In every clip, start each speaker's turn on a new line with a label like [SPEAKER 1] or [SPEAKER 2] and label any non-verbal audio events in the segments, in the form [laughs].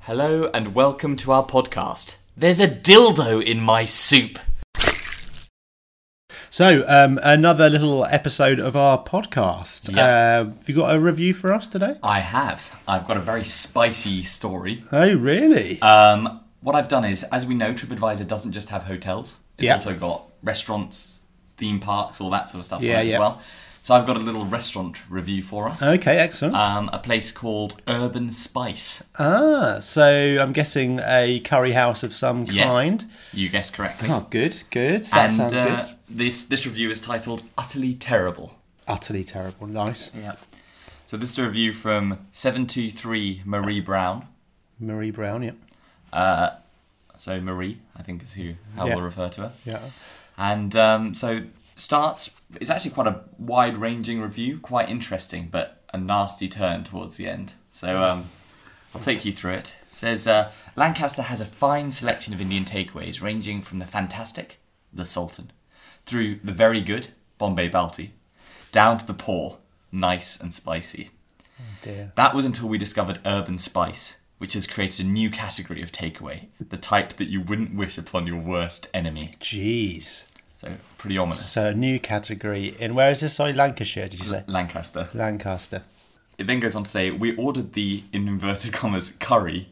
[SPEAKER 1] Hello and welcome to our podcast. There's a dildo in my soup.
[SPEAKER 2] So, um, another little episode of our podcast. Uh, have you got a review for us today?
[SPEAKER 1] I have. I've got a very spicy story.
[SPEAKER 2] Oh, really?
[SPEAKER 1] Um, what I've done is, as we know, TripAdvisor doesn't just have hotels, it's
[SPEAKER 2] Yeah.
[SPEAKER 1] also got restaurants, theme parks, all that sort of stuff
[SPEAKER 2] Yeah,
[SPEAKER 1] on it
[SPEAKER 2] yeah.
[SPEAKER 1] as well. So I've got a little restaurant review for us.
[SPEAKER 2] okay, excellent.
[SPEAKER 1] Um, a place called Urban Spice.
[SPEAKER 2] ah, so I'm guessing a curry house of some
[SPEAKER 1] Yes.
[SPEAKER 2] kind.
[SPEAKER 1] You guessed correctly.
[SPEAKER 2] Oh, good, good. That
[SPEAKER 1] and
[SPEAKER 2] sounds
[SPEAKER 1] uh,
[SPEAKER 2] good.
[SPEAKER 1] this this review is titled Utterly Terrible.
[SPEAKER 2] Utterly terrible. Nice.
[SPEAKER 1] Yeah. So this is a review from 723 Marie Brown.
[SPEAKER 2] Marie Brown, yeah.
[SPEAKER 1] So Marie, I think is who how
[SPEAKER 2] Yeah.
[SPEAKER 1] we'll refer to her.
[SPEAKER 2] Yeah.
[SPEAKER 1] And um, so starts. It's actually quite a wide-ranging review, quite interesting, but a nasty turn towards the end. So um, I'll take you through it. it says uh, Lancaster has a fine selection of Indian takeaways, ranging from the fantastic, the Sultan, through the very good Bombay Balti, down to the poor, nice and spicy.
[SPEAKER 2] Oh, Dear.
[SPEAKER 1] That was until we discovered Urban Spice, which has created a new category of takeaway, the type that you wouldn't wish upon your worst enemy.
[SPEAKER 2] Jeez.
[SPEAKER 1] So, pretty ominous.
[SPEAKER 2] So, a new category. in where is this? Sorry, Lancashire, did you say?
[SPEAKER 1] Lancaster.
[SPEAKER 2] Lancaster.
[SPEAKER 1] It then goes on to say, We ordered the, in inverted commas, curry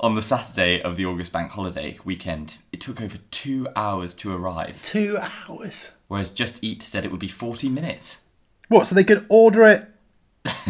[SPEAKER 1] on the Saturday of the August bank holiday weekend. It took over two hours to arrive,
[SPEAKER 2] Two hours.
[SPEAKER 1] whereas Just Eat said it would be 40 minutes. [laughs]
[SPEAKER 2] What? So they could order it.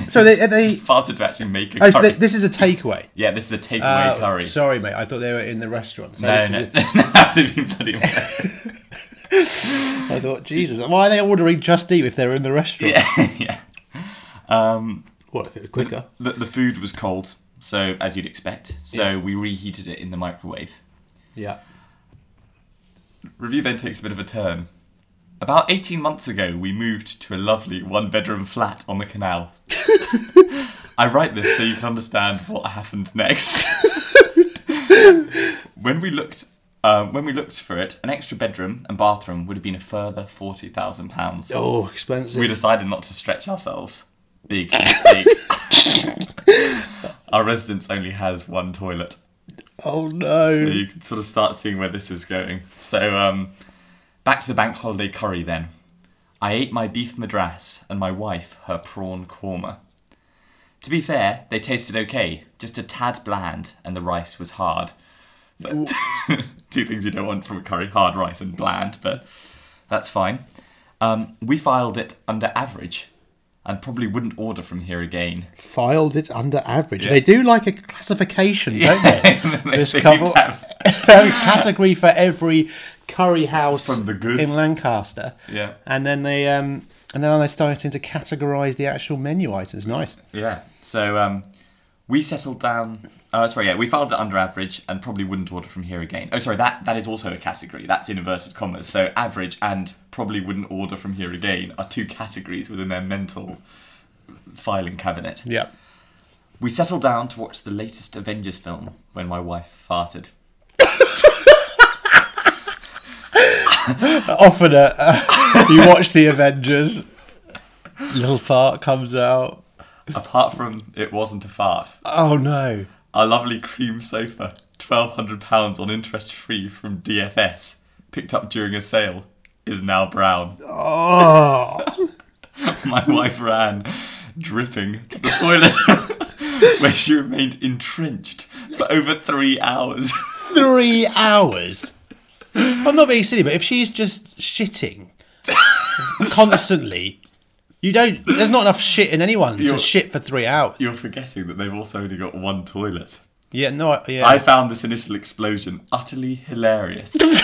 [SPEAKER 2] So they are they.
[SPEAKER 1] Faster to actually make a
[SPEAKER 2] Oh,
[SPEAKER 1] curry.
[SPEAKER 2] so they, this is a takeaway.
[SPEAKER 1] yeah, this is a takeaway
[SPEAKER 2] Oh,
[SPEAKER 1] curry.
[SPEAKER 2] Sorry, mate. I thought they were in the restaurant. So
[SPEAKER 1] no,
[SPEAKER 2] this
[SPEAKER 1] no, [laughs]
[SPEAKER 2] is
[SPEAKER 1] no, that would have been bloody impressive.
[SPEAKER 2] a- I thought, Jesus, why are they ordering Just Eat if they're in the restaurant?
[SPEAKER 1] yeah, [laughs] yeah. Um,
[SPEAKER 2] What if it was quicker?
[SPEAKER 1] The, the food was cold, so as you'd expect. So we reheated it in the microwave.
[SPEAKER 2] Yeah.
[SPEAKER 1] Review then takes a bit of a turn. About 18 months ago, we moved to a lovely one bedroom flat on the canal. I write this so you can understand what happened next. when we looked um, when we looked for it, an extra bedroom and bathroom would have been a further forty thousand pounds.
[SPEAKER 2] Oh, expensive.
[SPEAKER 1] We decided not to stretch ourselves. Big mistake. Our residence only has one toilet,
[SPEAKER 2] oh no.
[SPEAKER 1] so you can sort of start seeing where this is going. So, um, back to the bank holiday curry then. I ate my beef madras and my wife her prawn korma. To be fair, they tasted okay, just a tad bland, and the rice was hard. So, [laughs] two things you don't want from a curry hard rice and bland, but that's fine. Um, we filed it under average and probably wouldn't order from here again. [laughs]
[SPEAKER 2] Filed it under average. They do like a classification,
[SPEAKER 1] [laughs]
[SPEAKER 2] don't
[SPEAKER 1] they
[SPEAKER 2] they?
[SPEAKER 1] they seem
[SPEAKER 2] couple-
[SPEAKER 1] to have.
[SPEAKER 2] category for every curry house
[SPEAKER 1] From the good.
[SPEAKER 2] in Lancaster.
[SPEAKER 1] Yeah.
[SPEAKER 2] And then they um and then they started to categorise the actual menu items. Nice.
[SPEAKER 1] Yeah. So um, we settled down. Uh, sorry, yeah, we filed it under average and probably wouldn't order from here again. Oh, sorry, that that is also a category. That's in inverted commas. So average and probably wouldn't order from here again are two categories within their mental filing cabinet.
[SPEAKER 2] Yeah.
[SPEAKER 1] We settled down to watch the latest Avengers film when my wife farted.
[SPEAKER 2] often uh, [laughs] uh, you watch the Avengers, little fart comes out.
[SPEAKER 1] Apart from it wasn't a fart,
[SPEAKER 2] Oh no!
[SPEAKER 1] our lovely cream sofa, £1,200 on interest free from DFS, picked up during a sale, is now brown.
[SPEAKER 2] Oh,
[SPEAKER 1] [laughs] My wife ran, dripping, to the toilet, [laughs] where she remained entrenched for over three hours. [laughs]
[SPEAKER 2] three hours. I'm not being silly, but if she's just shitting constantly, you don't. There's not enough shit in anyone
[SPEAKER 1] You're-
[SPEAKER 2] to shit for three hours.
[SPEAKER 1] You're forgetting that they've also only got one toilet.
[SPEAKER 2] Yeah, no, I- yeah.
[SPEAKER 1] I found this initial explosion utterly hilarious. [laughs]
[SPEAKER 2] what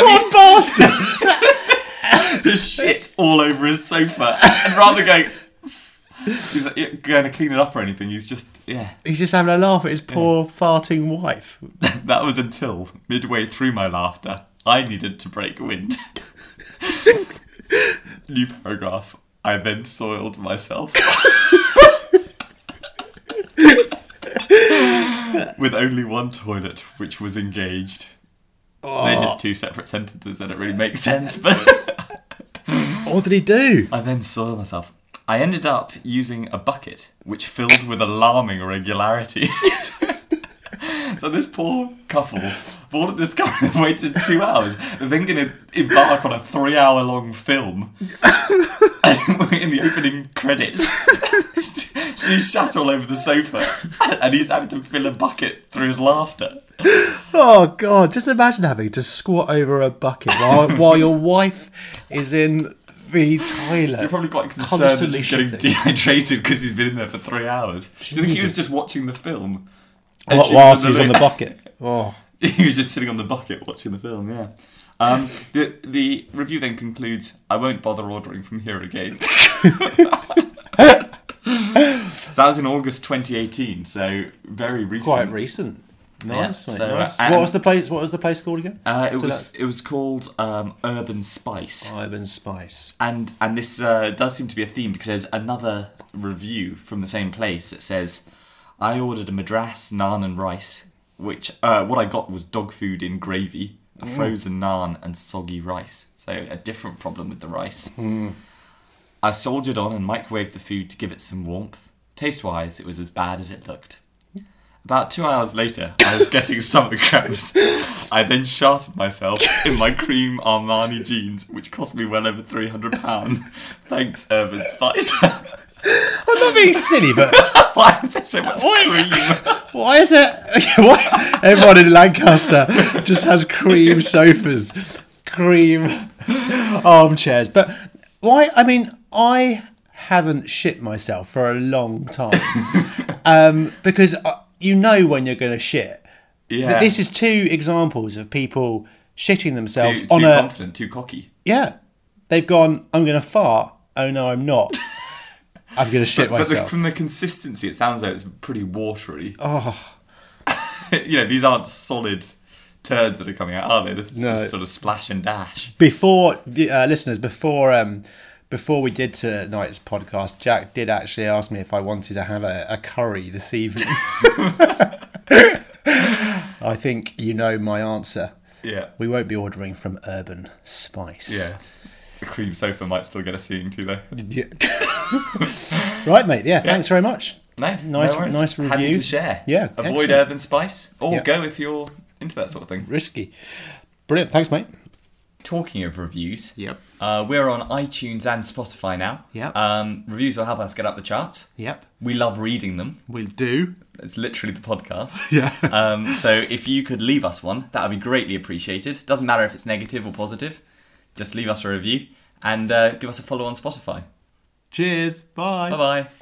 [SPEAKER 2] a bastard!
[SPEAKER 1] Just shit all over his sofa, and rather going, [laughs] he's like, going to clean it up or anything, he's just, yeah.
[SPEAKER 2] He's just having a laugh at his poor farting wife.
[SPEAKER 1] [laughs] That was until midway through my laughter, I needed to break wind. [laughs] New paragraph. I then soiled myself. [laughs] With only one toilet, which was engaged. They're just two separate sentences, and it really makes sense. But
[SPEAKER 2] What did he do?
[SPEAKER 1] I then soiled myself. I I ended up using a bucket which filled with alarming regularity. [laughs] so this poor couple bored at this curry have waited two hours. They're then going to embark on a three-hour-long film. [laughs] and in the opening credits, [laughs] she's shat all over the sofa, and he's having to fill a bucket through his laughter.
[SPEAKER 2] Oh god, just imagine having to squat over a bucket
[SPEAKER 1] [laughs]
[SPEAKER 2] while, while your wife is in the
[SPEAKER 1] You're
[SPEAKER 2] toilet.
[SPEAKER 1] probably quite concerned that
[SPEAKER 2] Constantly
[SPEAKER 1] he's getting
[SPEAKER 2] shitting.
[SPEAKER 1] dehydrated because he's been in there for three hours. Do you think he was
[SPEAKER 2] Jesus.
[SPEAKER 1] just watching the film? as
[SPEAKER 2] Wh-
[SPEAKER 1] she was
[SPEAKER 2] Whilst he's on the
[SPEAKER 1] loo-
[SPEAKER 2] bucket. Oh.
[SPEAKER 1] [laughs] he was just sitting on the bucket watching the film. Yeah. Um, the the review then concludes. I won't bother ordering from here again. [laughs] so that was in August 2018. So very recent.
[SPEAKER 2] Quite recent. Nice,
[SPEAKER 1] Yeah,
[SPEAKER 2] mate.
[SPEAKER 1] so,
[SPEAKER 2] nice.
[SPEAKER 1] uh,
[SPEAKER 2] what
[SPEAKER 1] and-
[SPEAKER 2] was the place what was the place called again?
[SPEAKER 1] Uh, it
[SPEAKER 2] So
[SPEAKER 1] was it was called um, Urban Spice.
[SPEAKER 2] that's Urban Spice.
[SPEAKER 1] and and this uh, does seem to be a theme because there's another review from the same place that says, "I ordered a madras, naan, and rice, which uh, what I got was dog food in gravy, a frozen naan, and soggy rice. So a different problem with the rice. I soldiered on and microwaved the food to give it some warmth. Taste wise, it was as bad as it looked." About two hours later, I was getting stomach cramps. I then sharted myself in my cream Armani jeans, which cost me well over three hundred pounds. Thanks, Urban Spice. [laughs]
[SPEAKER 2] I'm not being silly, but
[SPEAKER 1] Why is there so much cream?
[SPEAKER 2] Why is it? [laughs] Why, everyone in Lancaster just has
[SPEAKER 1] [laughs]
[SPEAKER 2] cream sofas, cream armchairs. But why? I mean, I haven't shit myself for a long
[SPEAKER 1] [laughs]
[SPEAKER 2] time um, because uh, you know when you're going to shit.
[SPEAKER 1] Yeah,
[SPEAKER 2] This is two examples of people shitting themselves
[SPEAKER 1] too, too
[SPEAKER 2] on a
[SPEAKER 1] confident, too cocky.
[SPEAKER 2] yeah. They've gone. I'm going to fart. Oh no, I'm
[SPEAKER 1] [laughs]
[SPEAKER 2] not. I'm going to shit
[SPEAKER 1] But the,
[SPEAKER 2] myself.
[SPEAKER 1] from the consistency, it sounds like it's pretty watery.
[SPEAKER 2] oh.
[SPEAKER 1] [laughs] you know, these aren't solid turds that are coming out, are they? This is
[SPEAKER 2] No.
[SPEAKER 1] just sort of splash and dash.
[SPEAKER 2] before the uh, listeners before um before we did tonight's podcast jack did actually ask me if i wanted to have a, a curry this evening [laughs] i think you know my answer
[SPEAKER 1] Yeah,
[SPEAKER 2] we won't be ordering from urban spice
[SPEAKER 1] yeah. The cream sofa might still get a seeing to though.
[SPEAKER 2] Yeah. [laughs] right mate yeah, thanks very much
[SPEAKER 1] No,
[SPEAKER 2] Nice-
[SPEAKER 1] no worries.
[SPEAKER 2] nice
[SPEAKER 1] Happy
[SPEAKER 2] review.
[SPEAKER 1] to share.
[SPEAKER 2] Yeah,
[SPEAKER 1] Avoid
[SPEAKER 2] excellent.
[SPEAKER 1] urban spice or
[SPEAKER 2] Yeah.
[SPEAKER 1] go if you're into that sort of thing.
[SPEAKER 2] risky brilliant thanks mate
[SPEAKER 1] Talking of reviews,
[SPEAKER 2] Yep.
[SPEAKER 1] uh, we're on iTunes and Spotify now.
[SPEAKER 2] Yep.
[SPEAKER 1] Um, reviews will help us get up the charts.
[SPEAKER 2] yep
[SPEAKER 1] We love reading them.
[SPEAKER 2] we'll do
[SPEAKER 1] It's literally the podcast.
[SPEAKER 2] [laughs] yeah
[SPEAKER 1] um, so if you could leave us one, that would be greatly appreciated. Doesn't matter if it's negative or positive, just leave us a review and uh, give us a follow on Spotify.
[SPEAKER 2] cheers
[SPEAKER 1] Bye bye.